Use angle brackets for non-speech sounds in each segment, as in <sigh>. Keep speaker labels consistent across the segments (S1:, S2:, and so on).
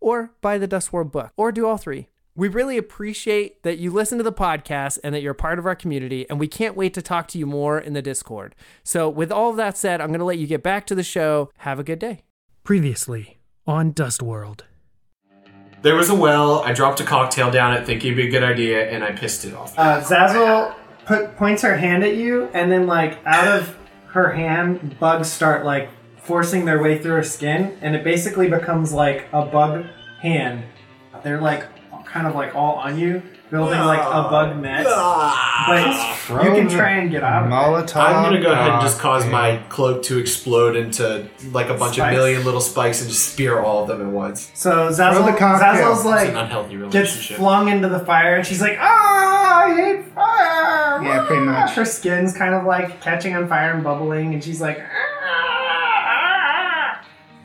S1: or buy the Dust World book or do all three. We really appreciate that you listen to the podcast and that you're a part of our community, and we can't wait to talk to you more in the Discord. So, with all of that said, I'm going to let you get back to the show. Have a good day.
S2: Previously on Dust World.
S3: There was a well. I dropped a cocktail down it, thinking it'd be a good idea, and I pissed it off.
S1: Uh, Zazzle put, points her hand at you, and then, like, out of her hand, bugs start, like, forcing their way through her skin, and it basically becomes, like, a bug hand. They're, like, kind of, like, all on you, building, like, a bug net.
S3: Ah.
S1: But you can try and get out of it.
S4: Molotov. uh,
S3: I'm gonna go ahead and just cause
S4: cocktail.
S3: my cloak to explode into like a bunch
S1: Spikes.
S3: of million little spikes and just spear all of them at once.
S1: So, Zazzle,
S4: Throw the cocktail.
S1: Zazzle's,
S3: It's
S1: like,
S3: an unhealthy
S1: gets
S3: relationship.
S1: flung into the fire and she's like, ah, I hate fire. Ah.
S4: Yeah, pretty much.
S1: Her skin's kind of like catching on fire and bubbling, and she's like, ah.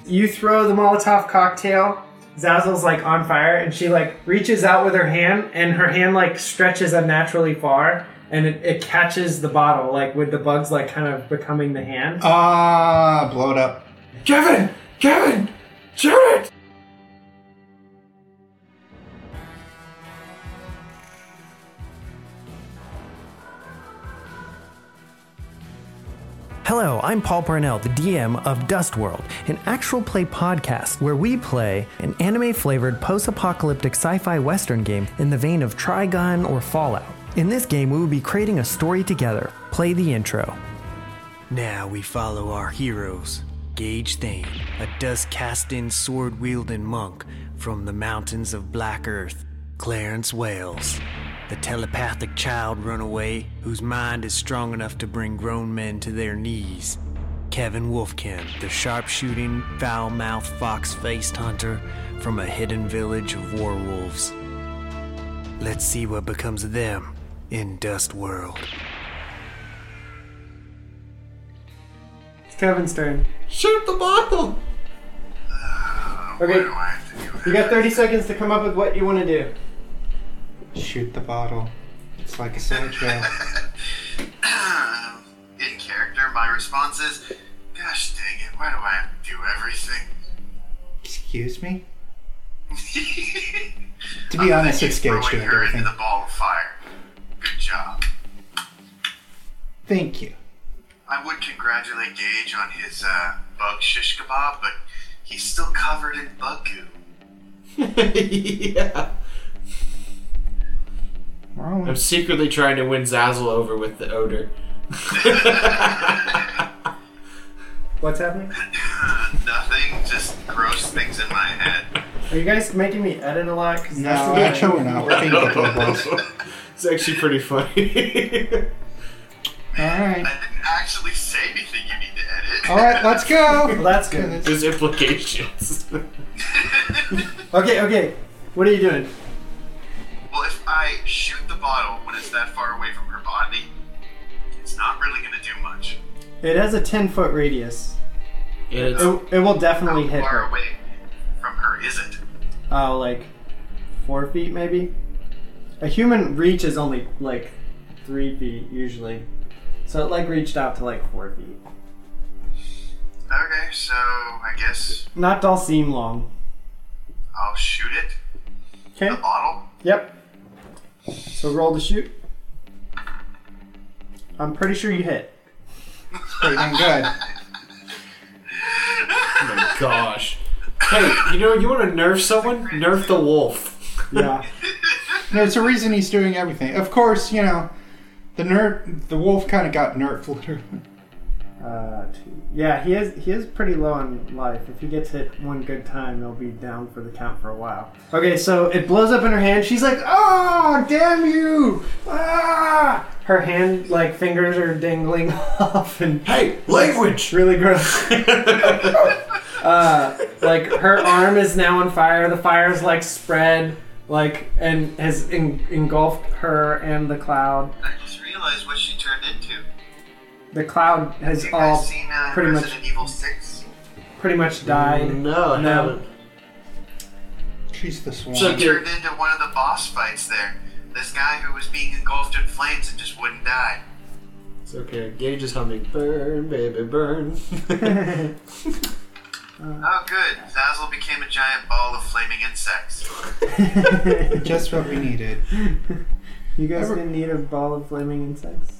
S1: You throw the Molotov cocktail. Zazzle's like on fire, and she like reaches out with her hand, and her hand like stretches unnaturally far, and it, it catches the bottle, like with the bugs like kind of becoming the
S4: Oh.
S1: hand.
S4: Ah, blow it up.
S3: Kevin, Kevin, Jared.
S1: Hello, I'm Paul Parnell, the DM of Dust World, an actual play podcast where we play an anime flavored post apocalyptic sci fi western game in the vein of Trigun or Fallout. In this game, we will be creating a story together. Play the intro.
S5: Now we follow our heroes. Gage Thane, a dust casting, sword wielding monk from the mountains of Black Earth. Clarence Wales, the telepathic child runaway whose mind is strong enough to bring grown men to their knees. Kevin Wolfkin, the sharpshooting, foul mouthed, fox faced hunter from a hidden village of werewolves. Let's see what becomes of them in Dust World.
S1: It's Kevin's turn.
S3: Shoot the bottle. <laughs>
S1: Okay, you got 30 seconds to come up with what you want to do.
S4: Shoot the bottle. It's like
S1: <laughs>
S4: a soldier.
S6: <sighs> in character, my response is, "Gosh dang it! Why do I have to do everything?"
S4: Excuse me? <laughs> To be
S6: other
S4: honest,
S6: than
S4: it's
S6: you
S4: Gage doing
S6: throwing her
S4: everything.
S6: into the ball of fire. Good job.
S4: Thank you.
S6: I would congratulate Gage on his uh, bug shish kebab, but he's still covered in bug goo.
S3: yeah.
S4: We're all
S3: I'm secretly trying to win Zazzle over with the <laughs> odor.
S7: What's happening?
S6: <laughs> Nothing, just gross things in my head.
S7: Are you guys making me edit a lot? Because
S4: No, actually,
S1: <laughs>
S4: we're not. We're thinking
S3: <laughs>
S4: of Bobos. All
S3: It's actually pretty funny. <laughs>
S4: right.
S6: I didn't actually say anything you need to edit.
S4: All right, let's
S1: <laughs>
S4: go.
S7: that's good.
S3: There's implications. <laughs>
S7: Okay, okay. What are you doing?
S6: Well, if I shoot the bottle when it's that far away from her body, it's not really going to do much.
S7: It has a 10 foot radius.
S3: And it's
S7: It, it will definitely
S6: How
S7: hit
S6: far
S7: her.
S6: away from her is it?
S7: Oh, like four feet maybe? A human reach is only like three feet usually. So it like reached out to like four feet.
S6: Okay, so I guess
S7: Not all seem long.
S6: I'll shoot it.
S7: Okay.
S6: The bottle.
S7: Yep. So roll to shoot. I'm pretty sure you hit.
S4: Pretty damn good.
S3: oh my gosh. Hey, you know you want to nerf someone? Nerf the wolf.
S7: Yeah.
S4: There's a reason he's doing everything. Of course, you know, the nerd, the wolf kind of got nerfed literally.
S7: Uh, two. Yeah, he is he is pretty low on life. If he gets hit one good time, he'll be down for the count for a while. Okay, so it blows up in her hand. She's like, "Oh, damn you!" Ah! Her hand, like fingers, are dangling <laughs> off, and
S3: Hey, language.
S7: really gross. <laughs> uh, like her arm is now on fire. The fire's like spread, like and has en- engulfed her and the cloud.
S6: I just realized what she turned into.
S7: The cloud has
S6: You guys
S7: all
S6: seen uh,
S7: pretty much
S6: Resident Evil 6?
S7: pretty much died.
S3: No, I
S7: No.
S3: haven't.
S4: <laughs> She's the swan.
S3: So-
S6: She turned into one of the boss fights there. This guy who was being engulfed in flames and just wouldn't die.
S3: It's okay. Gage is humming. Burn, baby, burn.
S6: Oh, good. Zazzle became a giant ball of flaming insects.
S4: Just what we needed.
S7: You guys
S4: Ever-
S7: didn't need a ball of flaming <laughs> insects?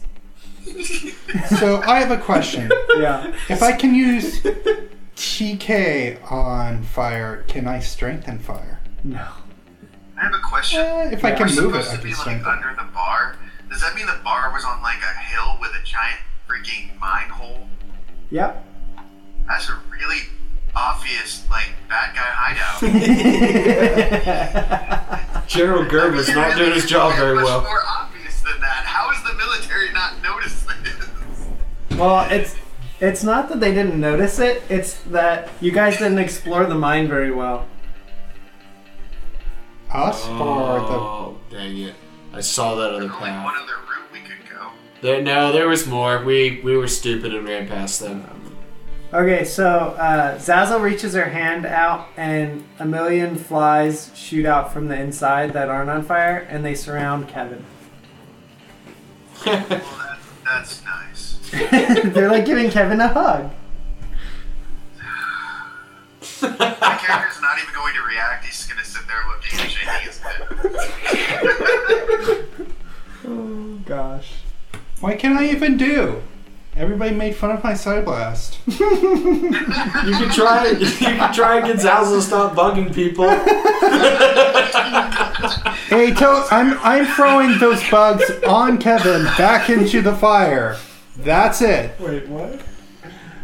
S4: So I have a question.
S7: Yeah.
S4: If I can use TK on fire, can I strengthen fire?
S7: No.
S6: I have a question.
S4: Uh, if I
S7: Yeah.
S4: can
S6: We're
S4: move it,
S6: supposed
S4: I
S6: to be
S4: can
S6: like
S4: strengthen.
S6: under the bar. Does that mean the bar was on like a hill with a giant freaking mine hole?
S7: Yep.
S6: That's a really obvious like bad guy
S3: <laughs>
S6: hideout.
S3: Gerald Gerber's not doing his job very
S6: Much
S3: well.
S6: More obvious than that. How is the military not noticing this?
S7: Well, it's it's not that they didn't notice it. It's that you guys didn't explore the mine very well.
S4: Us or
S3: Oh, dang it. I saw that other
S6: There's only one
S3: path.
S6: other route we could go.
S3: There, no, there was more. We we were stupid and ran past them.
S7: Okay, so uh, Zazzle reaches her hand out, and a million flies shoot out from the inside that aren't on fire, and they surround Kevin. <laughs>
S6: Well, that, that's nice.
S7: They're like giving Kevin a hug.
S6: My character's not even going to react. He's just gonna sit there looking and shaking his head.
S7: Oh gosh.
S4: the. What can I even do? Everybody made fun of my side blast.
S3: You could try. <laughs> You could try and get Zazzle to stop bugging people. Oh,
S4: hey, tell, I'm I'm throwing those bugs on Kevin back into the fire. That's it.
S7: Wait, what?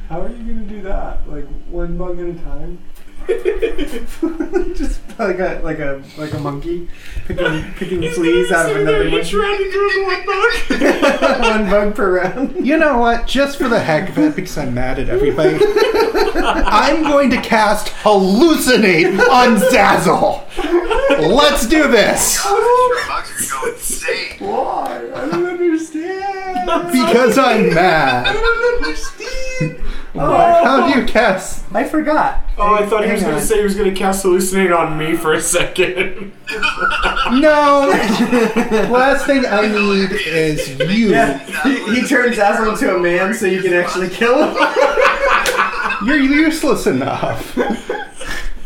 S7: How are you gonna do that? Like one bug at a time? <laughs> Just like a like a like a monkey picking picking fleas out of another monkey. <laughs> one bug
S3: <laughs>
S7: per round.
S4: You know what? Just for the heck of it, because I'm mad at everybody, I'm going to cast hallucinate on Zazzle. Let's do this.
S3: Oh
S6: Your bugs
S3: <laughs>
S6: are going insane.
S7: Why? I don't understand. I
S4: Because I'm mad.
S7: don't understand.
S4: How do you cast?
S7: I forgot.
S3: Oh, I thought he
S7: Hang
S3: was gonna
S7: on.
S3: say he was gonna cast hallucinate on me for a second.
S4: No. <laughs> Last thing I need is you.
S7: He turns Aslan into a man
S3: <laughs>
S7: so you can actually kill him.
S4: You're useless enough.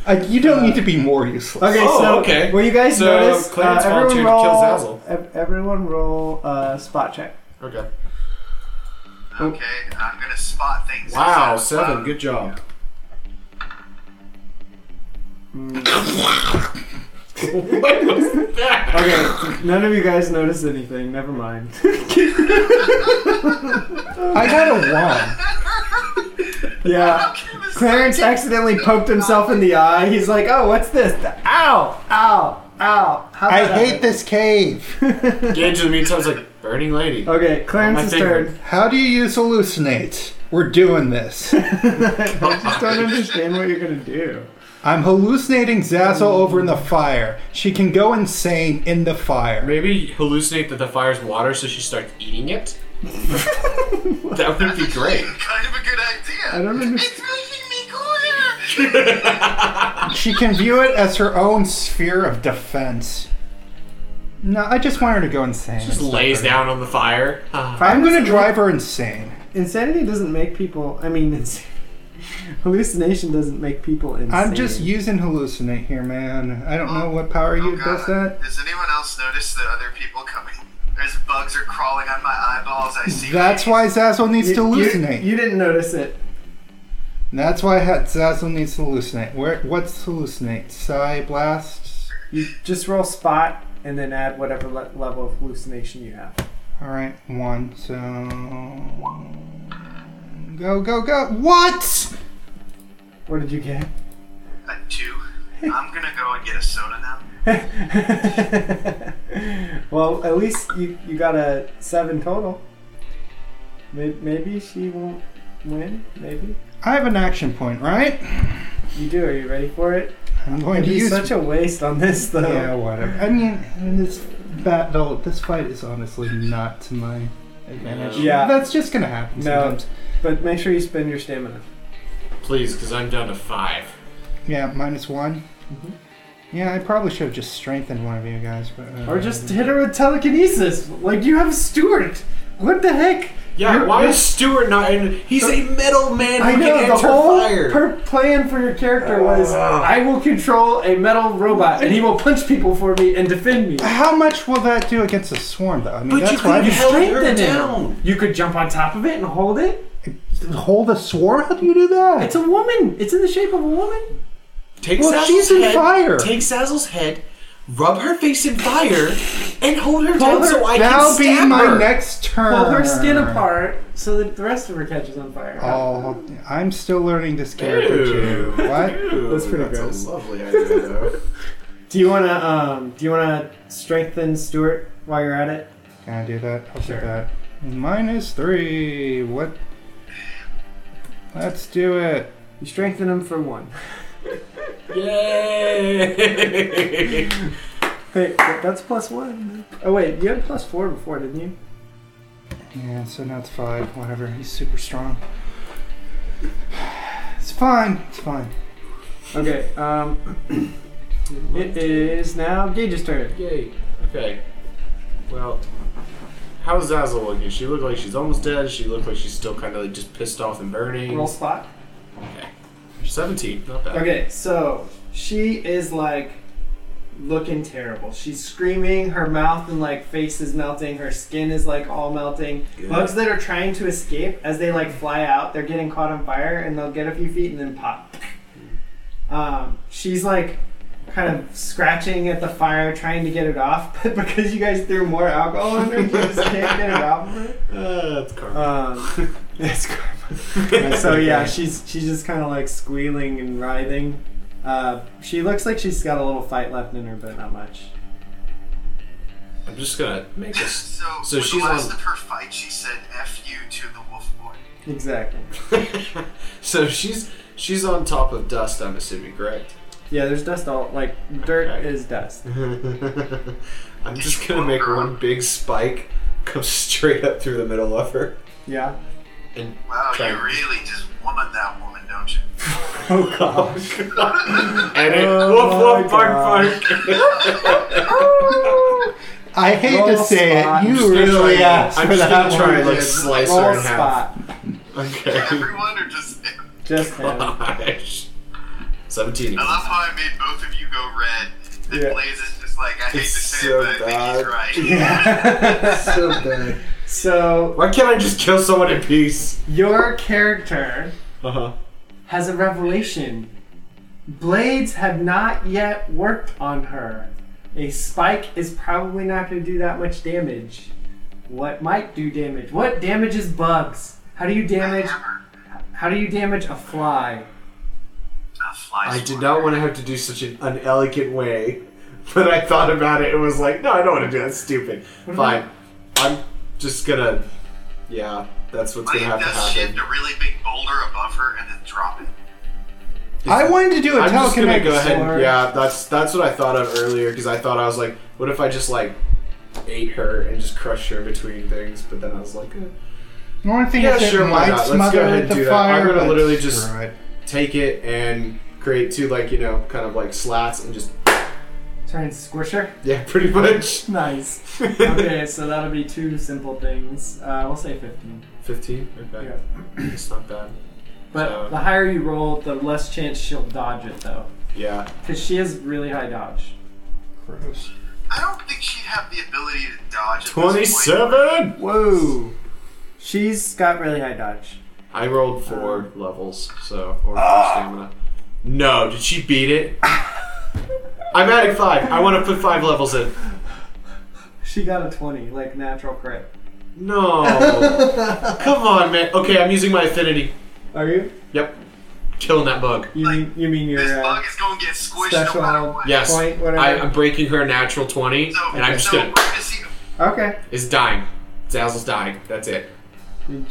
S4: I, you don't need to be more useless.
S7: Okay,
S3: Oh,
S7: so
S3: okay.
S7: will you guys
S3: So
S7: notice? uh,
S3: Clarence
S7: everyone
S3: volunteered to
S7: roll.
S3: kill
S7: ev- everyone roll uh, spot check.
S3: Okay.
S6: Okay, I'm gonna spot things.
S3: Wow,
S6: inside the
S3: seven.
S6: cloud.
S3: Good job. what was that? <laughs>
S7: Okay, none of you guys notice anything. Never mind. <laughs>
S4: I got a one.
S7: yeah, Clarence accidentally poked himself in the eye. He's like, "Oh, what's this? Ow! Ow! Ow!" How
S4: I
S7: about
S4: hate
S7: that?
S4: this cave.
S3: Gage in the meantime was like, burning lady.
S7: Okay, Clarence's
S3: My favorite.
S4: <laughs>
S7: turn.
S4: How do you use hallucinate? We're doing this.
S7: I don't understand what you're gonna do.
S4: I'm hallucinating Zazzle over in the fire. She can go insane in the fire.
S3: Maybe hallucinate that the fire's water so she starts eating it?
S7: <laughs>
S3: that would be great.
S6: Kind of a good idea. I
S7: don't understand.
S6: It's making me cooler.
S4: She can view it as her own sphere of defense. No, I just want her to go insane.
S3: Just lays down on the fire. Ah,
S4: I'm gonna drive her insane.
S7: Insanity doesn't make people. I mean, ins- <laughs> hallucination doesn't make people insane. Oh.
S4: I'm just using hallucinate here, man. I don't know what power you does that.
S6: Oh, Does anyone else notice the other people coming? There's bugs are crawling on my eyeballs. I see.
S4: That's why Zazzle needs to hallucinate.
S7: You, you didn't notice it.
S4: That's why ha- Zazzle needs to hallucinate. Where? What's hallucinate? Psy blast.
S7: You just roll spot and then add whatever le- level of hallucination you have.
S4: All right, one. So go, go, go. What?
S7: What did you get? <laughs>
S6: A two. I'm gonna go and get a soda now.
S7: well, at least you, you got a seven total. May- Maybe she won't win. Maybe
S4: I have an action point, right?
S7: you do. Are you ready for it?
S4: I'm going
S7: It'd
S4: to
S7: be
S4: use.
S7: such a waste on this though.
S4: yeah, whatever. I mean, this battle, this fight is honestly not to my advantage.
S7: Yeah.
S4: that's just gonna happen
S7: No.
S4: sometimes.
S7: But make sure you spend your stamina.
S3: please, because I'm down to five.
S4: Yeah, minus one.
S7: Mm-hmm.
S4: Yeah, I probably should have just strengthened one of you guys, but uh,
S7: Or just hit her with telekinesis. Like you have a steward. What the heck?
S3: Yeah,
S7: You're-
S3: why
S7: you're-
S3: is Stuart not in? He's a metal man
S7: I
S3: who
S7: know
S3: can
S7: the
S3: enter
S7: whole
S3: fire.
S7: per- plan for your character was
S3: Ugh.
S7: I will control a metal robot and he will punch people for me and defend me.
S4: How much will that do against a swarm, though? I mean,
S3: But you
S4: that's
S3: could
S4: why
S3: have
S4: you
S3: held her
S7: Strengthen him.
S3: down.
S7: You could jump on top of it and hold it.
S4: hold a swarm. How do you do that?
S7: It's a woman. It's in the shape of a woman.
S3: Take
S4: Well,
S3: Zazzle's
S4: she's in
S3: head,
S4: fire.
S3: Take Zazzle's head, rub her face in fire, and hold her down
S7: her-
S3: so I
S4: That'll
S3: can stab
S4: be my
S3: her.
S4: next turn.
S7: Pull her skin apart so that the rest of her catches on fire.
S4: Oh, I'm still learning this character too. What?
S7: That's pretty gross.
S3: lovely idea, though.
S7: Do you wanna um, do you wanna strengthen Stuart while you're at it?
S4: Can I do that? I'll
S7: Sure.
S4: do that. Minus three. What? Let's do it.
S7: You strengthen him for <laughs> one.
S3: <laughs> Yay!
S7: Hey, that's plus one. Oh wait, you had plus four before, didn't you?
S4: Yeah, so now it's five. Whatever. He's super strong. It's fine. It's fine.
S7: Okay. Um, <clears throat> it is now Gage's turn.
S3: Yay. Okay. Well, how's Zazzle looking? She look like she's almost dead. She look like she's still kind of like just pissed off and burning.
S7: Roll spot.
S3: Seventeen, not bad.
S7: Okay, so she is like looking terrible. She's screaming, her mouth and like face is melting, her skin is like all melting. Bugs that are trying to escape as they like fly out, they're getting caught on fire and they'll get a few feet and then pop. Um, she's like kind of scratching at the fire trying to get it off, <laughs> but because you guys threw more alcohol on her, she just can't get it off of her.
S3: Uh, that's karma. <laughs>
S7: Um, it's karma. so yeah, she's she's just kind of like squealing and writhing. Uh, she looks like she's got a little fight left in her, but not much.
S3: I'm just gonna make this.
S6: <laughs> So,
S3: So
S6: with
S3: she's
S6: the last
S3: on-
S6: of her fight, she said "f you" to the wolf boy.
S7: Exactly.
S3: so she's she's on top of dust. I'm assuming, correct?
S7: Yeah, there's dust all like dirt
S3: Okay. <laughs>
S7: is dust.
S6: <laughs>
S3: I'm just gonna make one big spike come <laughs> straight up through the middle of her.
S7: Yeah.
S3: And
S6: Wow,
S3: Try-
S6: you really just want that woman, don't
S3: <laughs>
S6: you?
S7: Oh god.
S3: and it
S7: Oh
S3: woof
S7: my
S3: woof bark bark.
S4: I hate
S7: Roll
S4: to say
S7: spot. I'm
S4: it. You
S3: just gonna
S4: really
S3: try-
S4: asked
S3: I'm
S4: for
S3: just
S4: that
S3: gonna try
S4: one.
S3: and, like, slice her
S7: Roll
S3: in half.
S7: spot.
S3: <laughs> Okay. <laughs>
S6: Everyone or just him?
S7: Just him.
S3: Gosh. Seventeen.
S6: <laughs> I love how I made both of you go red. Then
S7: Yeah.
S6: Blaze is just like, I hate
S3: It's
S6: to say
S3: so
S6: it, but I
S3: bad.
S6: think he's right.
S4: So bad.
S7: So
S3: Why can't I just kill someone in peace?
S7: your character
S3: Uh
S4: Uh-huh.
S3: huh.
S7: has a revelation. Blades have not yet worked on her. A spike is probably not going to do that much damage. What might do damage? What damages bugs? How do you damage?
S6: Hammer.
S7: How do you damage a fly?
S6: A fly
S3: I did
S6: swatter.
S3: not want to have to do such an unelegant way, but I thought about it and was like, no, I don't want to do that. That's stupid.
S4: Mm-hmm.
S3: Fine. I'm just gonna. Yeah, that's what's gonna
S6: Like,
S3: have to
S6: does
S3: happen.
S6: shift a really big boulder above her and then drop it.
S4: I wanted to do a
S3: I'm just gonna
S4: telekinetic
S3: go ahead.
S4: sword.
S3: And, yeah, that's that's what I thought of earlier because I thought I was like, what if I just like ate her and just crushed her between things? But then I was like, eh.
S4: The only thing
S3: Yeah,
S4: is that
S3: sure, why
S4: might
S3: not? Let's
S4: smother
S3: go ahead and
S4: the
S3: do that.
S4: fire.
S3: I'm gonna
S4: but
S3: literally just-
S4: screw it.
S3: take it and create two like you know kind of like slats and just <laughs>
S7: Try and squish her.
S3: yeah, pretty much.
S7: Nice. <laughs> Okay, so that'll be two simple things. Uh, we'll say fifteen.
S3: <laughs> Fifteen. Okay,
S7: Yeah.
S3: <clears throat> it's not bad.
S7: But
S3: So-
S7: the higher you roll, the less chance she'll dodge it though,
S3: Yeah.
S7: because she has really high dodge.
S4: Gross.
S6: I don't think she'd have the ability to dodge. at this point.
S3: Twenty-seven.
S7: Whoa. She's got really high dodge.
S3: I rolled four
S4: Uh.
S3: levels, so or stamina. No, did she beat it? I'm adding five. I want to put five levels in.
S7: She got a 20, like natural crit.
S3: No. Come on, man. Okay, I'm using my affinity.
S7: Are you?
S3: Yep. Killing that bug.
S7: You mean you mean
S6: This
S7: your uh,
S6: bug is gonna get squished no
S7: special?
S6: matter what.
S3: Yes.
S7: Point, whatever.
S3: I, I'm breaking her natural 20,
S6: So,
S3: and I'm just
S6: so
S3: gonna.
S6: we're gonna see.
S7: Okay.
S3: It's dying. Zazzle's dying. That's it.
S6: He, he,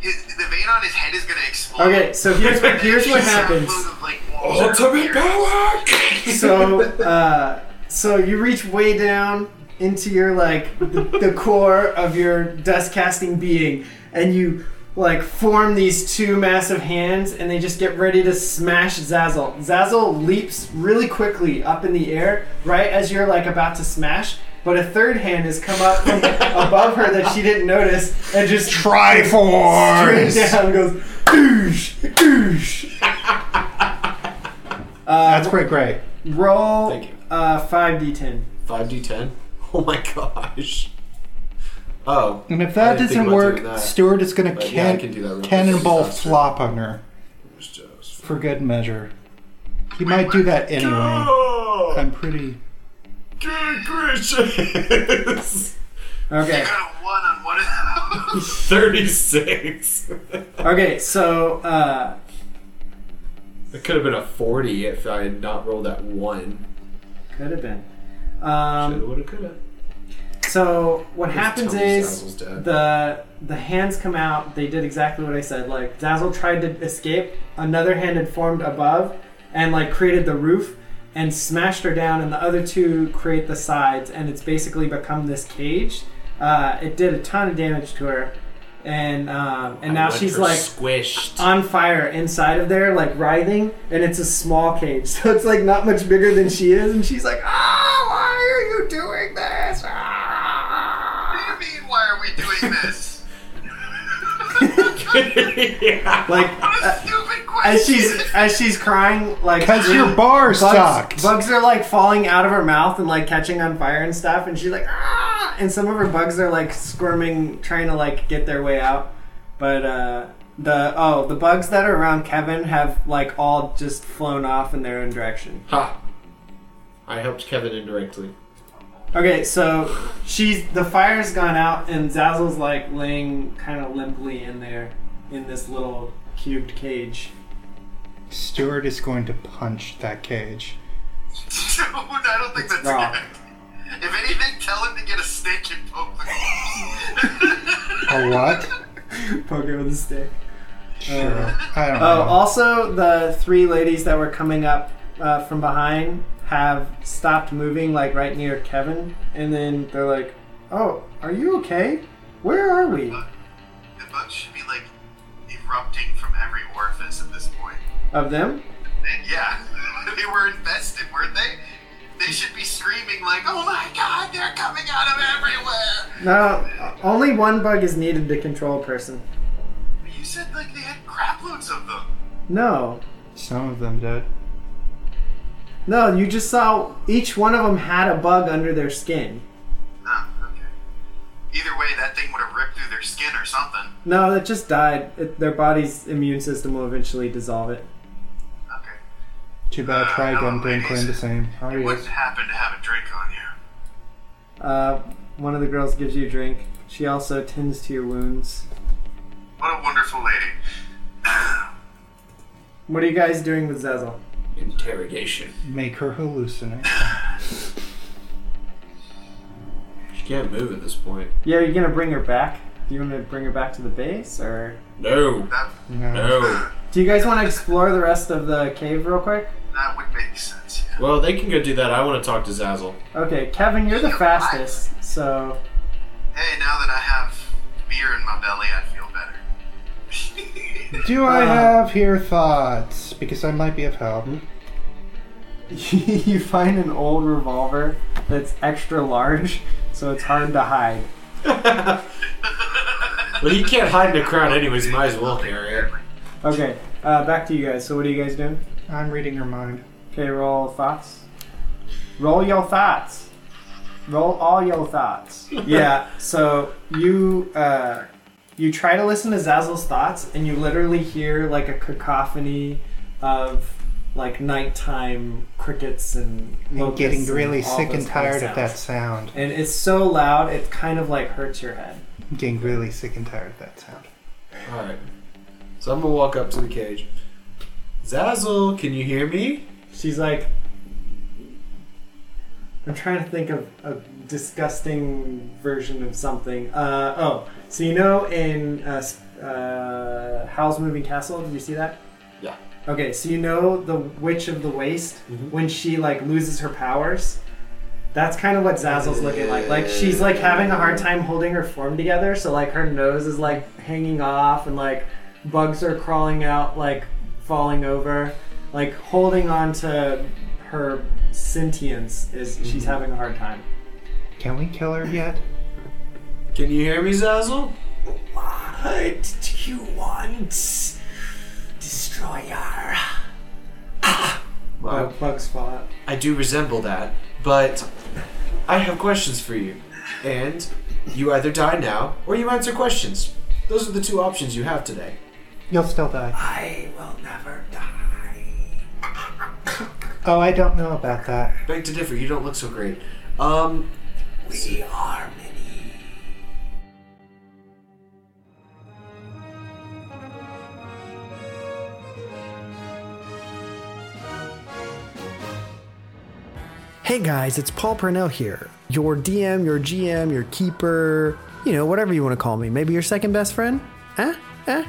S6: his, the vein on his head is gonna explode.
S7: Okay. So here's what here's what happens.
S6: Like,
S3: Oh, power!
S7: So uh, so you reach way down into your like the, the core of your dust casting being, and you like form these two massive hands, and they just get ready to smash Zazzle. Zazzle leaps really quickly up in the air right as you're like about to smash. But a third hand has come up from above her that she didn't notice and just
S3: <laughs>
S7: straight
S4: Triforce.
S7: down goes doosh doosh.
S4: That's pretty great.
S7: Roll
S3: Thank you.
S7: uh five d ten.
S3: 5d10? Oh my gosh. Oh.
S4: And if
S3: I
S4: that
S3: didn't think
S4: doesn't
S3: about doing
S4: work,
S3: that.
S4: Stuart is gonna
S3: But yeah, I
S4: can-
S3: can do that real quick.
S4: cannonball
S3: Faster.
S4: flop on her
S3: It's just-
S4: for good measure. He might do that anyway.
S3: Oh!
S4: I'm pretty.
S3: Good gracious!
S7: Okay.
S6: Got a one on one <laughs> of those.
S3: 36.
S7: Okay, so uh
S3: It could have been a 40 if I had not rolled that one.
S7: could have been.
S3: Shoulda,
S7: Um,
S3: woulda, coulda.
S7: so what happens
S3: tell me
S7: is
S3: Zazzle's dead.
S7: the the hands come out. They did exactly what I said. Like Dazzle tried to escape, another hand had formed above and like created the roof and smashed her down, and the other two create the sides, and it's basically become this cage. Uh, it did a ton of damage to her, and um, and now
S3: Let
S7: she's
S3: her
S7: like
S3: squished.
S7: on fire inside of there, like writhing, and it's a small cage, <laughs> so it's like not much bigger than she is, and she's like, ah, why are you doing this? Ah."
S6: what do you mean? Why are we doing this?
S3: <laughs>
S7: Like
S6: What a stupid question. <laughs>
S7: as she's as she's crying, like
S4: Because
S7: really-
S4: your bar
S7: bugs,
S4: sucked.
S7: bugs are like falling out of her mouth and like catching on fire and stuff, and she's like, ah, and some of her bugs are like squirming, trying to like get their way out, but uh. The oh the bugs that are around Kevin have like all just flown off in their own direction.
S3: Ha! I helped Kevin indirectly.
S7: Okay, so she's the fire's gone out, and Zazzle's like laying kind of limply in there in this little cubed cage.
S4: Stuart is going to punch that cage.
S6: Dude, I don't think that's
S7: wrong.
S6: good. If anything, tell him to get a snake and poke the
S4: A what? Uh,
S7: Poke it with a stick.
S4: Sure. I don't
S7: Oh,
S4: know.
S7: also the three ladies that were coming up uh, from behind have stopped moving, like right near Kevin, and then they're like, "Oh, are you okay? Where are we?"
S6: The bug should be like erupting from every orifice at this point.
S7: Of them?
S6: And yeah, <laughs> they were invested, weren't they? They should be screaming like, "Oh my God, they're coming out of everywhere!"
S7: No, only one bug is needed to control a person.
S6: You said like they had craploads of them.
S7: No,
S4: Some of them did.
S7: No, you just saw each one of them had a bug under their skin.
S6: Oh, okay. Either way, that thing would have ripped through their skin or something.
S7: No, it just died. It, their body's immune system will eventually dissolve it.
S6: Okay.
S4: Too bad. Try again. Brain claim the same. Oh,
S6: You wouldn't
S4: yes.
S6: happen to have a drink on you.
S7: Uh, one of the girls gives you a drink. She also tends to your wounds.
S6: What a wonderful lady.
S7: What are you guys doing with Zazzle?
S3: Interrogation.
S4: Make her hallucinate.
S3: She can't move at this point.
S7: Yeah, you're gonna bring her back. Do you want to bring her back to the base, or
S3: No.
S6: That
S4: No.
S3: No.
S7: do you guys want to explore the rest of the cave real quick?
S6: that would make sense. Yeah.
S3: Well, they can go do that. I want to talk to Zazzle.
S7: Okay, Kevin, you're the fastest, so <laughs>
S6: Hey, now that I have beer in my belly, I feel better. <laughs>
S4: Do I
S7: Uh,
S4: have here thoughts? Because I might be of help.
S7: you find an old revolver that's extra large, so it's hard to hide.
S3: Well, you can't hide in a crowd anyways. Might as well carry it.
S7: Okay, uh, back to you guys. So what are you guys doing?
S4: I'm reading her mind.
S7: Okay, roll thoughts. Roll your thoughts. Roll all your
S4: <laughs>
S7: thoughts. yeah. So you uh, you try to listen to Zazzle's thoughts, and you literally hear like a cacophony of like nighttime crickets and
S4: I'm
S7: locusts
S4: getting really
S7: all
S4: sick
S7: those
S4: and
S7: kind
S4: tired of that
S7: sounds.
S4: sound.
S7: And it's so loud, it kind of like hurts your head.
S4: I'm getting really sick and tired of that sound.
S3: All right. So I'm gonna walk up to the cage. Zazzle, can you hear me?
S7: She's like, I'm trying to think of a disgusting version of something. Uh, oh, so you know in uh, s- uh, Howl's Moving Castle, did you see that?
S3: Yeah.
S7: Okay, so you know the Witch of the Waste
S3: Mhm.
S7: when she like loses her powers. That's kind of what Zazzle's looking like. Like she's like having a hard time holding her form together, so like her nose is like hanging off and like bugs are crawling out, like falling over, like holding on to her sentience is
S3: Mm-hmm.
S7: she's having a hard time.
S4: Can we kill her yet?
S3: Can you hear me, Zazzle?
S7: What do you want? Destroyer.
S3: Well,
S7: bugs fall out.
S3: I do resemble that, but I have questions for you. And you either die now or you answer questions. Those are the two options you have today.
S4: You'll still die.
S6: I will never die.
S4: Oh, I don't know about that.
S3: Beg to differ, you don't look so great. Um,
S6: We are many.
S1: Hey guys, it's Paul Purnell here. Your DM, your GM, your keeper, you know, whatever you want to call me. Maybe your second best friend? Eh? Eh?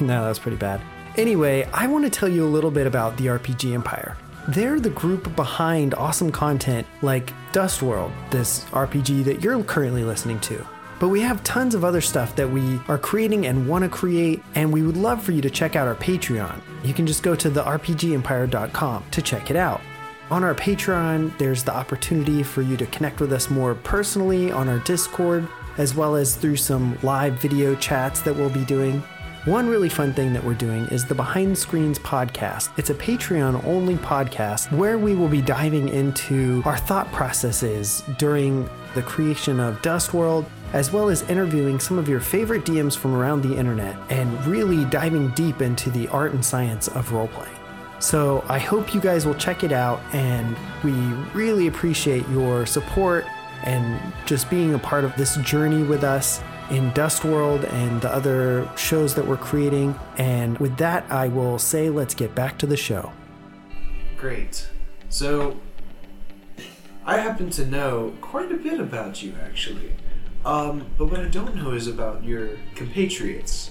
S1: no, that was pretty bad. Anyway, I want to tell you a little bit about the RPG Empire. They're the group behind awesome content like Dust World, this RPG that you're currently listening to. But we have tons of other stuff that we are creating and want to create, and we would love for you to check out our Patreon. You can just go to therpgempire.com to check it out. On our Patreon, there's the opportunity for you to connect with us more personally on our Discord, as well as through some live video chats that we'll be doing. One really fun thing that we're doing is the Behind Screens podcast. It's a Patreon only podcast where we will be diving into our thought processes during the creation of Dust World, as well as interviewing some of your favorite DMs from around the internet and really diving deep into the art and science of roleplaying. So I hope you guys will check it out, and we really appreciate your support and just being a part of this journey with us in Dust World and the other shows that we're creating. And with that, I will say, let's get back to the show.
S3: great. So, I happen to know quite a bit about you, actually. Um, but what I don't know is about your compatriots.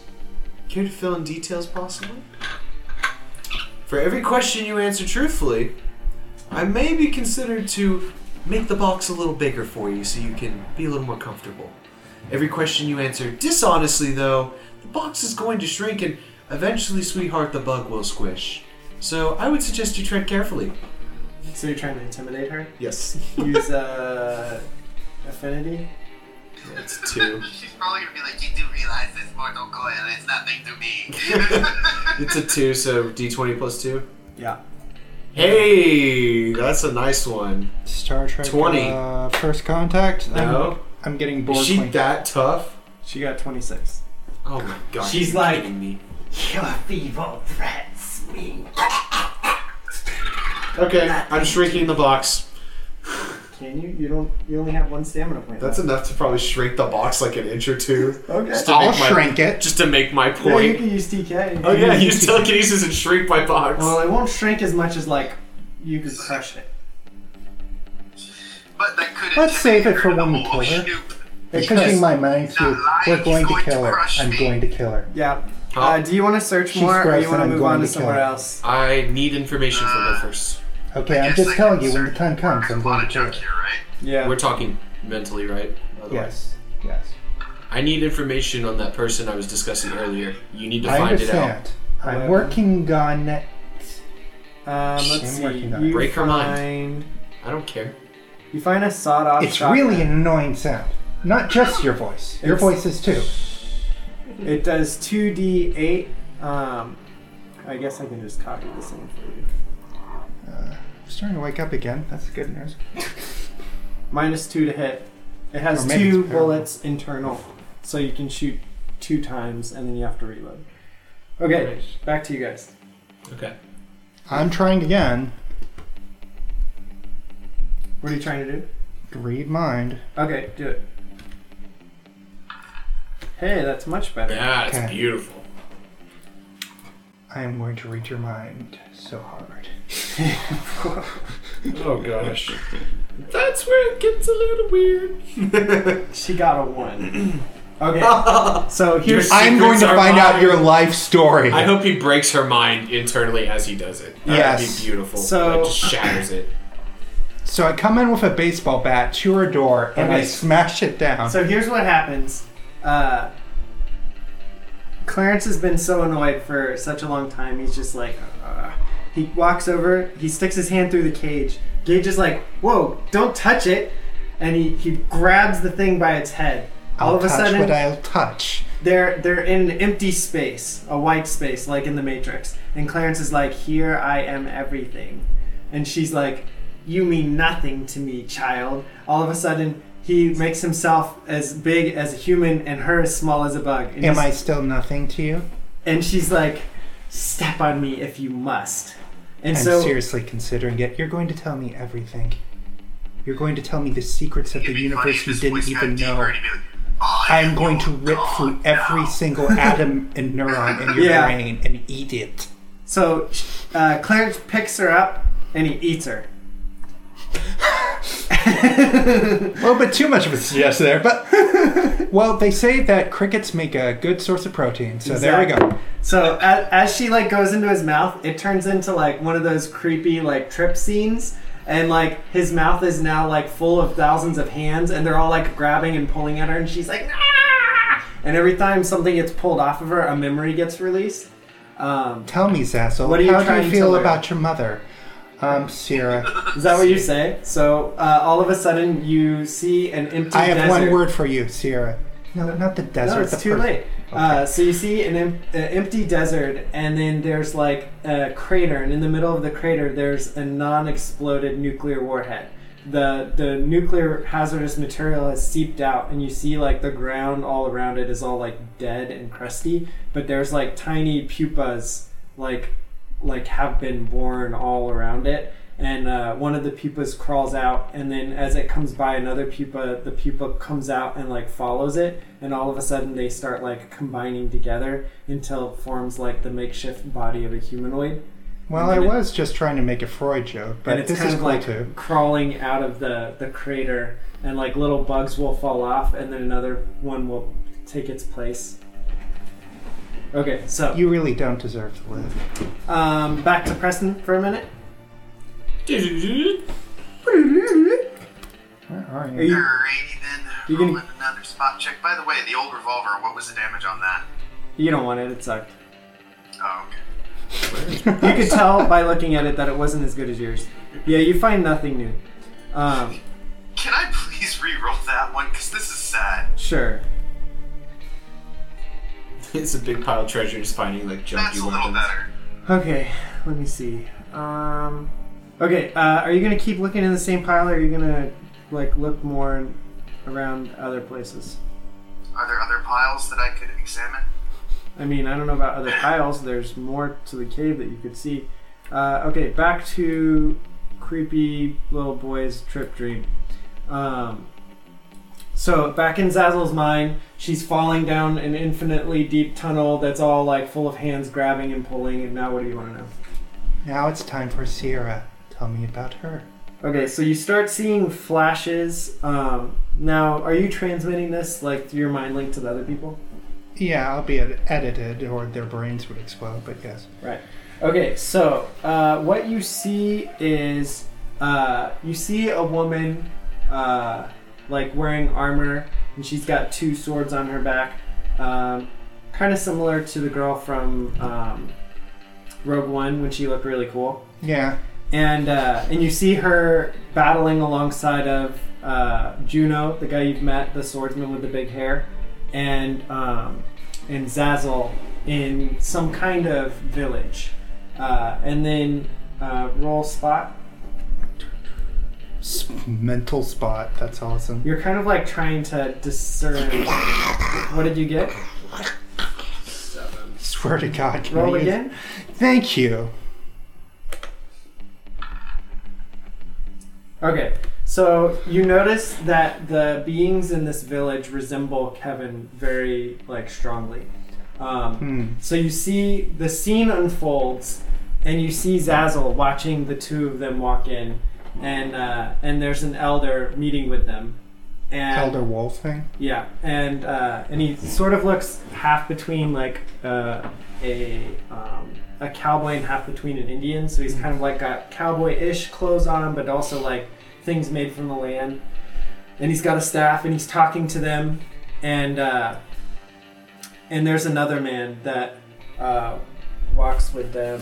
S3: Care to fill in details, possibly? For every question you answer truthfully, I may be considered to make the box a little bigger for you so you can be a little more comfortable. Every question you answer dishonestly, though, the box is going to shrink and eventually, sweetheart, the bug will squish. So I would suggest you tread carefully.
S7: So you're trying to intimidate her?
S3: Yes.
S7: Use uh, affinity.
S3: That's two.
S6: She's probably gonna be like, you do realize this mortal coil is nothing to
S4: <laughs>
S6: me.
S3: It's a two, so d20 plus two.
S7: Yeah.
S3: Hey, that's a nice one.
S4: Star Trek
S3: 20.
S4: Uh, first contact.
S3: No,
S4: I'm, I'm getting bored.
S3: is she
S4: clean.
S3: that tough?
S7: She got 26.
S3: Oh my god.
S7: She's
S3: you're
S7: like-
S3: kidding me.
S7: Your feeble threats me.
S3: Okay, I'm shrinking the box.
S7: Can you? You don't. You only have one stamina point.
S3: That's enough to probably shrink the box like an inch or two.
S7: okay.
S3: Just to
S4: I'll
S3: make my-
S4: shrink it.
S3: Just to make my
S7: Yeah, you
S3: point.
S7: can use TK.
S3: Oh <laughs> yeah, use telekinesis and shrink my box.
S4: Oh,
S7: Well, it won't shrink as much as like you could crush it.
S6: but that could
S4: Let's save it for when we kill her. It could be
S3: Yes.
S4: my mind too.
S6: Not lying,
S4: We're going
S6: he's
S4: to
S6: going
S4: kill
S6: to
S4: her.
S6: crush
S4: I'm
S6: me.
S4: going to kill her.
S7: Yeah.
S3: Huh?
S7: Uh, do you want to search more, or
S4: gross
S7: you want to
S4: and I'm
S7: move on
S4: going
S7: to
S4: to
S7: somewhere
S4: kill her.
S7: else?
S3: I need information from
S4: Ah.
S3: her first.
S4: Okay, I'm just telling you when the time comes, I'm
S6: A lot
S4: going
S6: of
S4: to kill her.
S6: junk here, right?
S7: Yeah.
S3: We're talking mentally, right? Otherwise-
S4: Yes, yes.
S3: I need information on that person I was discussing earlier. You need to
S4: I
S3: find it out.
S4: understand. I'm
S7: Eleven.
S4: working on it.
S7: Um, let's
S4: I'm
S7: see.
S4: working on it.
S7: You
S3: Break her
S7: find,
S3: mind. I don't care.
S7: You find a sawed-off.
S4: It's
S7: shotgun.
S4: really an annoying sound. Not just your voice. Your
S7: It's-
S4: voice is too.
S7: It does two d eight. Um, I guess I can just copy this in for you.
S4: I'm starting to wake up again. That's good news.
S7: Minus two to hit. It has
S4: Or maybe
S7: two
S4: it's parallel.
S7: bullets internal, so you can shoot two times and then you have to reload. Okay, back to you guys.
S3: Okay.
S4: I'm trying again.
S7: What are you trying to do?
S4: Read mind.
S7: Okay, do it. Hey, that's much better.
S3: Yeah, it's
S4: Okay.
S3: beautiful.
S4: I am going to read your mind so hard.
S3: <laughs> Oh gosh. <laughs> That's where it gets a little weird.
S7: She got
S3: <clears throat>
S7: a one. okay, so here's
S3: I-
S4: I'm going to
S3: Secrets are
S4: find out
S3: mine.
S4: your life story.
S3: I hope he breaks her mind internally as he does it. That'd
S4: Yes.
S3: be beautiful.
S7: So-
S3: it just shatters
S4: <laughs>
S3: it.
S4: So I come in with a baseball bat to her door and I
S7: Okay.
S4: smash it down.
S7: so here's what happens. Uh, Clarence has been so annoyed for such a long time. He's just like, uh, he walks over, he sticks his hand through the cage. Gage is like, "Whoa, don't touch it!" And he he grabs the thing by its head. All
S4: I'll
S7: of a
S4: touch
S7: sudden,
S4: what I'll touch.
S7: they're they're in an empty space, a white space, like in the Matrix. And Clarence is like, "Here I am, everything," and she's like, "You mean nothing to me, child." All of a sudden, he makes himself as big as a human and her as small as a bug. And,
S4: Am I
S7: he's-
S4: still nothing to you?
S7: and she's like, "Step on me if you must." And
S4: I'm
S7: so
S4: seriously considering it. You're going to tell me everything. You're going to tell me the secrets of the
S6: It'd be funny if
S4: universe you
S6: this
S4: didn't
S6: voice got
S4: even
S6: deeper
S4: know.
S6: and he'd be like, "Oh,
S4: I am going
S6: you
S4: to rip
S6: don't
S4: through every
S7: <laughs>
S6: know."
S4: single atom and neuron in your
S7: Yeah.
S4: brain and eat it.
S7: So uh, Clarence picks her up and he eats her.
S4: A little bit too much of a yes
S7: <laughs>
S4: there, but well, they say that crickets make a good source of protein, so there we
S7: Exactly.
S4: go.
S7: So as, as she like goes into his mouth, it turns into like one of those creepy like trip scenes, and like his mouth is now like full of thousands of hands, and they're all like grabbing and pulling at her, and she's like, ah! and every time something gets pulled off of her, a memory gets released. Um,
S4: Tell me, Zazzle,
S7: What are you
S4: how do
S7: trying
S4: you
S7: to
S4: feel
S7: learn?
S4: about your mother? Um, Sierra.
S7: <laughs> is that what you say? So uh, all of a sudden you see an empty.
S4: I have one
S7: desert.
S4: word for you, Sierra. No, not the desert.
S7: No, it's
S4: the <laughs>
S7: too
S4: per-
S7: late. Uh, so you see an em- uh, empty desert, and then there's like a crater, and in the middle of the crater, there's a non-exploded nuclear warhead. The the nuclear hazardous material has seeped out, and you see like the ground all around it is all like dead and crusty, but there's like tiny pupas like like have been born all around it. And uh, one of the pupas crawls out, and then as it comes by another pupa, the pupa comes out and like follows it, and all of a sudden they start like combining together until it forms like the makeshift body of a humanoid.
S4: Well, I was just trying to make a Freud joke,
S7: And
S4: but
S7: it's
S4: this
S7: kind
S4: is
S7: of
S4: cool
S7: like
S4: too.
S7: crawling out of the the crater, and like little bugs will fall off, and then another one will take its place. Okay, so
S4: You really don't deserve to live.
S7: um, back to Preston for a minute.
S4: Where are you?
S7: Are you
S6: Alrighty then.
S7: You
S6: You
S7: can-
S6: can another spot check. By the way, the old revolver. What was the damage on that?
S7: you don't want it? It sucked.
S6: Oh, okay.
S7: You could tell by looking at it that it wasn't as good as yours. Yeah, you find nothing new. Um,
S6: Can I please re-roll that one because this is sad.
S7: Sure.
S3: It's a big pile of treasure just finding like junky
S6: That's a little
S3: weapons.
S6: better.
S7: Okay, let me see. Um, okay, uh, are you gonna keep looking in the same pile, or are you gonna like look more in, around other places?
S6: Are there other piles that I could examine?
S7: I mean, I don't know about other piles. There's more to the cave that you could see. Uh, okay, back to creepy little boy's trip dream. Um, so back in Zazzle's mind, she's falling down an infinitely deep tunnel that's all like full of hands grabbing and pulling. And now, what do you want to know?
S4: Now it's time for Sierra. Tell me about her.
S7: Okay, so you start seeing flashes. Um, now, are you transmitting this like through your mind link to the other people?
S4: Yeah, I'll be ed- edited or their brains would explode, but yes.
S7: Right. Okay, so uh, what you see is uh, you see a woman uh, like wearing armor, and she's got two swords on her back, um, kind of similar to the girl from um, Rogue One when she looked really cool
S4: Yeah.
S7: and uh, and you see her battling alongside of uh, Juno, the guy you've met, the swordsman with the big hair, and um, and Zazzle in some kind of village, uh, and then uh, roll spot.
S4: S- Mental spot. That's awesome.
S7: You're kind of like trying to discern. What did you get?
S4: Swear to God. can
S7: Roll
S4: I use-
S7: again.
S4: Thank you.
S7: Okay, so you notice that the beings in this village resemble Kevin very like strongly. Um, So you see the scene unfolds, and you see Zazzle watching the two of them walk in, and uh, and there's an elder meeting with them. And
S4: Elder Wolf thing.
S7: yeah, and uh, and he sort of looks half between like uh, a um, a cowboy and half between an Indian. So he's kind of like got cowboy-ish clothes on, but also like things made from the land. And he's got a staff, and he's talking to them, and uh, and there's another man that uh, walks with them,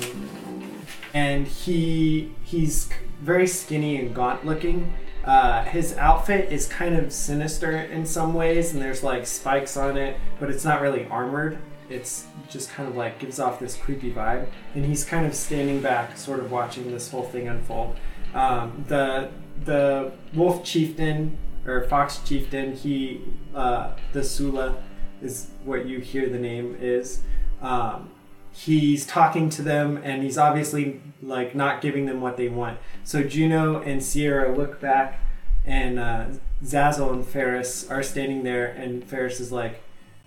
S7: and he he's very skinny and gaunt looking. Uh, his outfit is kind of sinister in some ways, and there's like spikes on it, but it's not really armored. It's just kind of like gives off this creepy vibe, and he's kind of standing back, sort of watching this whole thing unfold. Um, the the wolf chieftain or fox chieftain, he uh, the Sula is what you hear the name is. Um, he's talking to them, and he's obviously like not giving them what they want. So Juno and Sierra look back, and uh, Zazzle and Ferris are standing there, and Ferris is like,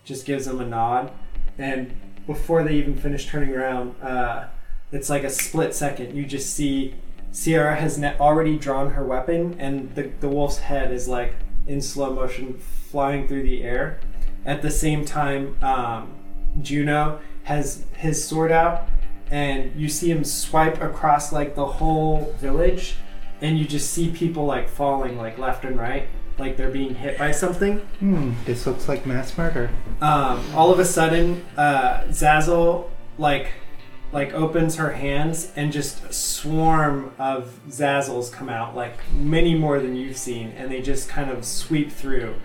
S7: just gives them a nod, and before they even finish turning around, uh, it's like a split second. You just see Sierra has ne- already drawn her weapon, and the, the wolf's head is like in slow motion flying through the air. At the same time, um, Juno has his sword out, and you see him swipe across like the whole village, and you just see people like falling like left and right, like they're being hit by something.
S4: Hmm. This looks like mass murder.
S7: Um, all of a sudden, uh, Zazzle like like opens her hands and just a swarm of Zazzles come out, like many more than you've seen, and they just kind of sweep through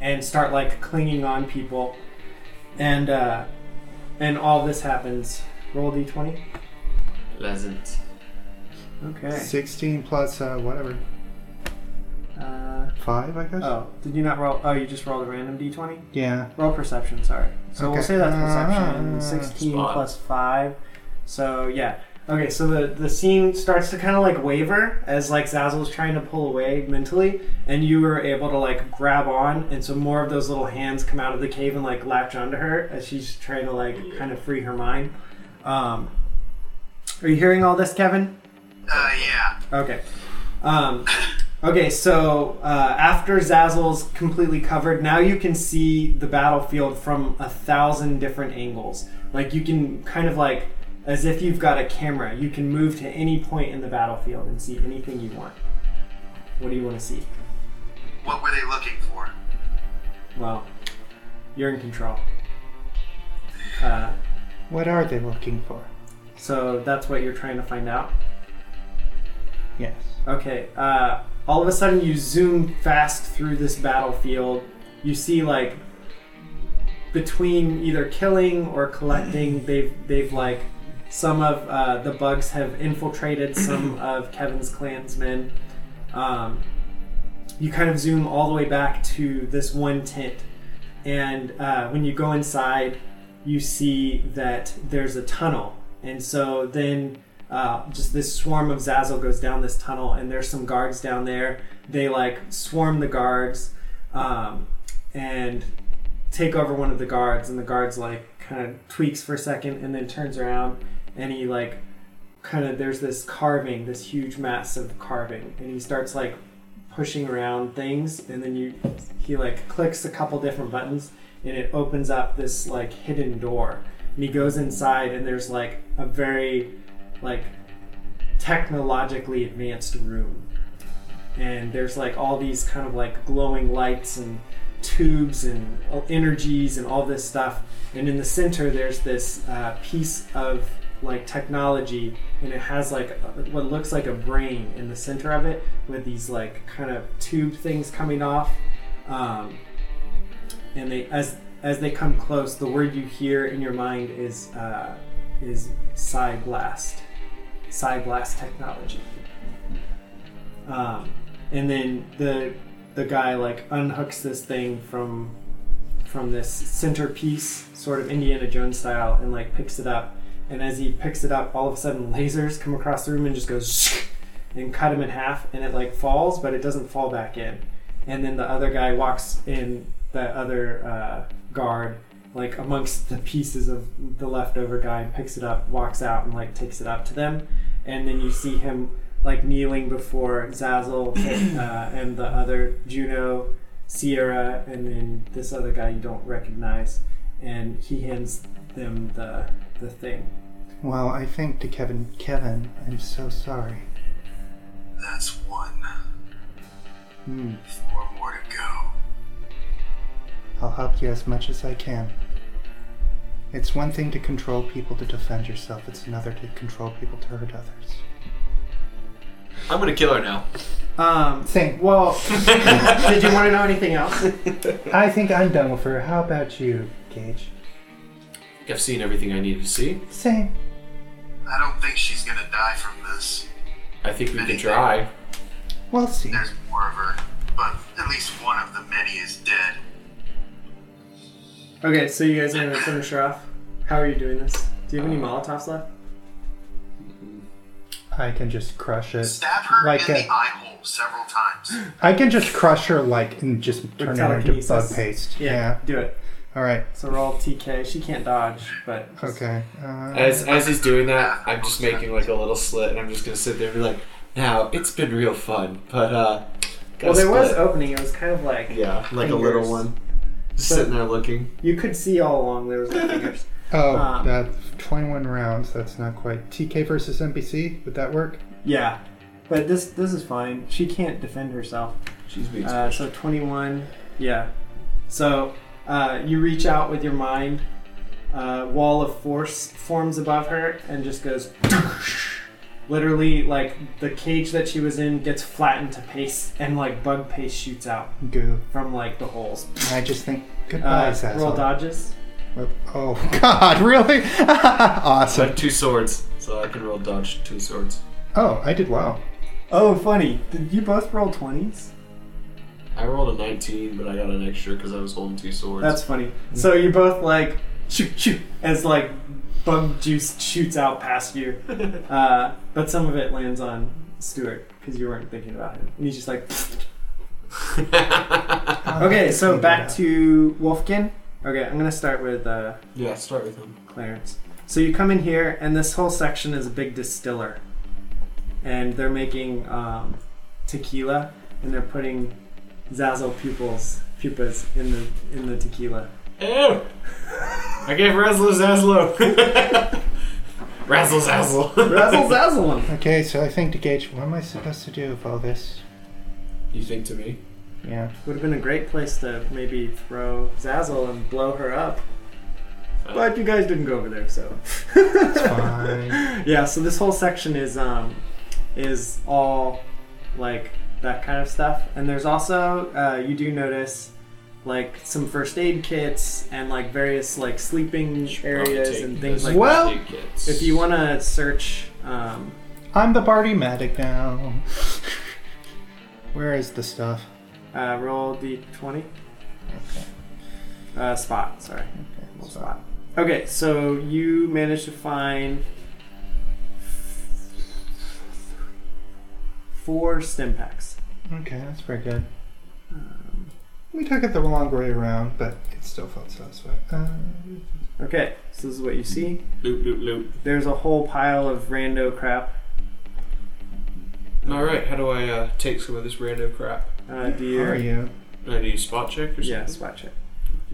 S7: and start like clinging on people, and uh, and all this happens. Roll d twenty.
S3: Pleasant.
S7: Okay.
S4: 16 plus uh, whatever.
S7: Uh,
S4: 5, I guess?
S7: oh, did you not roll? Oh, you just rolled a random d twenty.
S4: Yeah.
S7: Roll perception, sorry. So
S4: Okay.
S7: we'll say that's perception.
S4: Ah.
S7: 16
S3: Spot.
S7: plus 5. So yeah. Okay, so the, the scene starts to kind of like waver as like Zazzle's trying to pull away mentally, and you were able to like grab on, and so more of those little hands come out of the cave and like latch onto her as she's trying to like kind of free her mind. Um, are you hearing all this, Kevin?
S6: Uh, yeah.
S7: Okay. Um, okay, so uh, after Zazzle's completely covered, now you can see the battlefield from a thousand different angles. Like, you can kind of like, as if you've got a camera, you can move to any point in the battlefield and see anything you want. What do you want to see?
S6: What were they looking for?
S7: Well, you're in control. Uh,
S4: What are they looking for?
S7: so that's what you're trying to find out.
S4: Yes.
S7: Okay, uh, All of a sudden, you zoom fast through this battlefield. You see like between either killing or collecting, they've they've like some of uh, the bugs have infiltrated some of Kevin's clansmen. Um, you kind of zoom all the way back to this one tent, and uh, when you go inside, you see that there's a tunnel, and so then uh, just this swarm of Zazzle goes down this tunnel, and there's some guards down there. They like swarm the guards, um, and take over one of the guards, and the guard's like kind of tweaks for a second, and then turns around, and he like kind of there's this carving, this huge massive carving, and he starts like pushing around things, and then you he like clicks a couple different buttons, and it opens up this like hidden door, and he goes inside, and there's like a very like technologically advanced room and there's like all these kind of like glowing lights and tubes and energies and all this stuff and in the center there's this uh, piece of like technology and it has like a- what looks like a brain in the center of it with these like kind of tube things coming off um, and they as as they come close the word you hear in your mind is uh, is psi blast psi blast technology um, and then the the guy like unhooks this thing from from this centerpiece, sort of Indiana Jones style, and like picks it up. And as he picks it up, all of a sudden lasers come across the room and just goes and cut him in half, and it like falls, but it doesn't fall back in. And then the other guy walks in, the other uh, guard, like amongst the pieces of the leftover guy, and picks it up, walks out, and like takes it up to them. And then you see him like kneeling before Zazzle <coughs> uh, and the other Juno, Sierra, and then this other guy you don't recognize, and he hands them the the thing.
S4: Well, I think to Kevin, Kevin, I'm so sorry.
S6: That's one.
S4: Hmm,
S6: Four more to go.
S4: I'll help you as much as I can. It's one thing to control people to defend yourself, it's another to control people to hurt others.
S8: I'm gonna kill her now.
S4: <laughs>
S7: Um,
S4: Same.
S7: well, did you want to know anything else?
S4: I think I'm done with her. How about you, Gage?
S8: I've seen everything I needed to see.
S4: Same.
S6: I don't think she's gonna die from this.
S8: I think we can try.
S4: We'll see.
S6: There's more of her, but at least one of the many is dead.
S7: Okay, so you guys are gonna finish her off. How are you doing this? Do you have any Molotovs left?
S4: I can just crush it.
S6: Stab her
S4: Like
S6: in
S4: a-
S6: the eye hole several times.
S4: I can just crush her, like, and just turn her into
S7: telekinesis.
S4: bug paste. Yeah.
S7: do it.
S4: Alright.
S7: So roll TK. She can't dodge, but
S4: Okay. Uh,
S8: As as he's doing that, I'm just making like a little slit, and I'm just gonna sit there and be like, "Now it's been real fun, but uh."
S7: well,
S8: gotta
S7: there was
S8: split."
S7: opening. It was kind of like
S8: yeah, like a little
S7: fingers.
S8: one, just sitting there looking.
S7: you could see all along there was no fingers.
S4: oh,
S7: um,
S4: that's 21 rounds. That's not quite. TK versus NPC? Would that work?
S7: Yeah, but this this is fine. She can't defend herself.
S8: She's being
S7: Uh, so twenty one. Yeah. So uh, you reach out with your mind. Uh, wall of force forms above her and just goes. <laughs> Literally, like the cage that she was in gets flattened to paste, and like bug paste shoots out
S4: Goo.
S7: from like the holes.
S4: I just think, goodbye,
S7: Uh, roll
S4: Zazzle.
S7: dodges.
S4: <laughs> Oh, God, really?
S8: So I
S4: awesome.
S8: have two swords, so I can roll dodge two swords.
S4: Oh, I did well.
S7: Oh, funny! Did you both roll twenties?
S8: I rolled a 19, but I got an extra because I was holding two swords.
S7: That's Mm. funny. So you both like shoot shoot as like bug juice shoots out past <laughs> you, uh, but some of it lands on Stuart because you weren't thinking about him, and he's just like.
S4: Uh,
S7: okay, so back to Wolfkin. Okay, I'm gonna start with uh,
S8: yeah, start with him.
S7: Clarence. So you come in here, and this whole section is a big distiller, and they're making um, tequila, and they're putting Zazzle pupils pupas in the in the tequila.
S8: Ew! I gave Razzle Zazzle. Razzle Zazzle.
S7: <laughs> Razzle Zazzle him.
S4: Okay, so I think to gauge what am I supposed to do with all this?
S8: You think to me?
S4: Yeah.
S7: Would have been a great place to maybe throw Zazzle and blow her up. But you guys didn't go over there, so.
S4: Fine.
S7: <laughs> yeah, so this whole section is um is all like that kind of stuff. And there's also uh, you do notice like some first aid kits and like various like sleeping areas and things like
S4: Well-
S7: that. If you want to search, um,
S4: I'm the party medic now. <laughs> Where is the stuff?
S7: uh, roll d20. Uh, spot, sorry. Roll spot. Okay, so you managed to find four stim packs.
S4: Okay, that's pretty good.
S7: Um,
S4: We took it the long way around, but it still felt satisfying. Uh,
S7: Okay, so this is what you see.
S3: Loop, loop, loop.
S7: There's a whole pile of rando crap.
S3: All right, how do I uh, take some of this random crap?
S7: Uh, do
S4: how
S7: you?
S4: are you?
S3: I need a spot check or something.
S7: Yeah, spot check.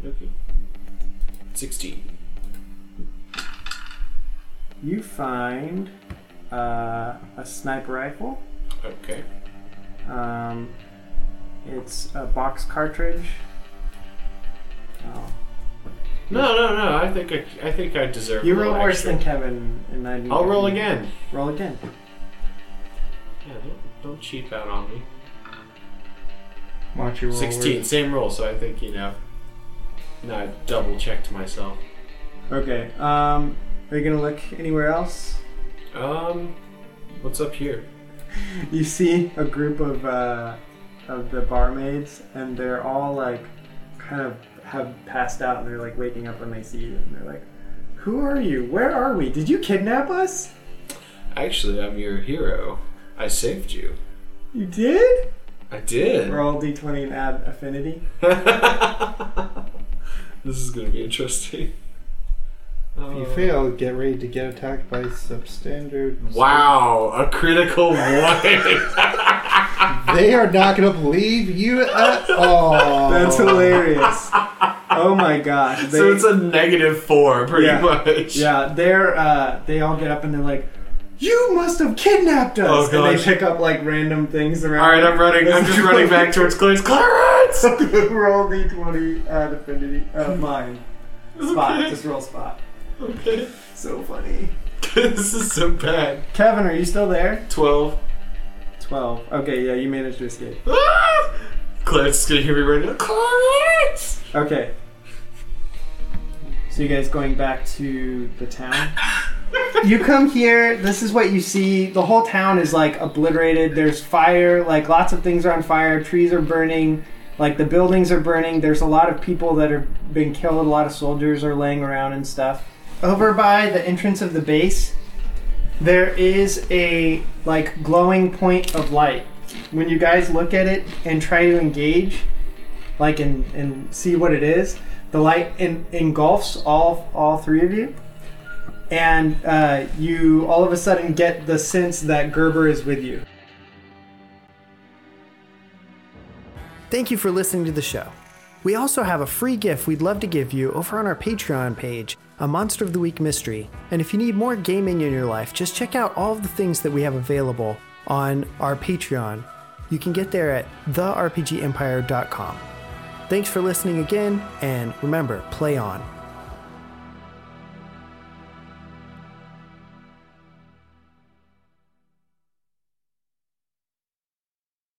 S3: Okay. Sixteen.
S7: You find uh, a sniper rifle.
S3: Okay.
S7: Um, it's a box cartridge. Oh.
S3: No, no, no. I think I, I think I deserve.
S7: You
S3: a little
S7: rolled worse
S3: extra.
S7: than Kevin, and I.
S3: I'll roll again.
S7: Roll again.
S3: Yeah, don't, don't cheap out on me.
S4: Watch your roll.
S3: Sixteen, same roll. So I think you know. No, I double checked myself.
S7: Okay. Um, are you gonna look anywhere else?
S3: Um, what's up here?
S7: You see a group of uh, of the barmaids, and they're all like, kind of have passed out, and they're like waking up when they see you, and they're like, "Who are you? Where are we? Did you kidnap us?
S3: Actually, I'm your hero. I saved you.
S7: You did?"
S3: I did.
S7: Roll d20 and add affinity.
S3: this is gonna be interesting.
S4: If you fail, get ready to get attacked by substandard.
S3: Wow, a critical one. <laughs>
S4: They are not going to believe you at all.
S3: <laughs>
S7: That's hilarious. oh my gosh. They,
S3: so it's a negative four, pretty
S7: Yeah.
S3: much.
S7: yeah, they're uh, they all get up and they're like, "You must have kidnapped us!"
S3: Oh,
S7: And they
S3: gosh.
S7: pick up like random things around.
S3: All right, I'm running. I'm just running back towards Clarence. Clarence. <laughs>
S7: <laughs> roll d20 add affinity. <laughs> Uh, mine. Spot. Just roll spot.
S3: Okay. <laughs>
S7: So funny.
S3: this is so bad.
S7: Kevin, are you still there?
S3: Twelve.
S7: Twelve. Okay, yeah, you managed to escape.
S3: Ah! Clarence is gonna hear me right now. Clarence.
S7: Okay. So you guys going back to the <laughs> town? you come here, this is what you see. The whole town is like obliterated. There's fire, like lots of things are on fire, trees are burning, like the buildings are burning. There's a lot of people that are been killed, a lot of soldiers are laying around and stuff. Over by the entrance of the base, there is a like glowing point of light. When you guys look at it and try to engage, like and and see what it is. The light en- engulfs all all three of you, and uh, you all of a sudden get the sense that Gerber is with you.
S1: Thank you for listening to the show. We also have a free gift we'd love to give you over on our Patreon page, a Monster of the Week mystery. And if you need more gaming in your life, just check out all of the things that we have available on our Patreon. You can get there at therpgempire.com. Thanks for listening again, and remember, play on.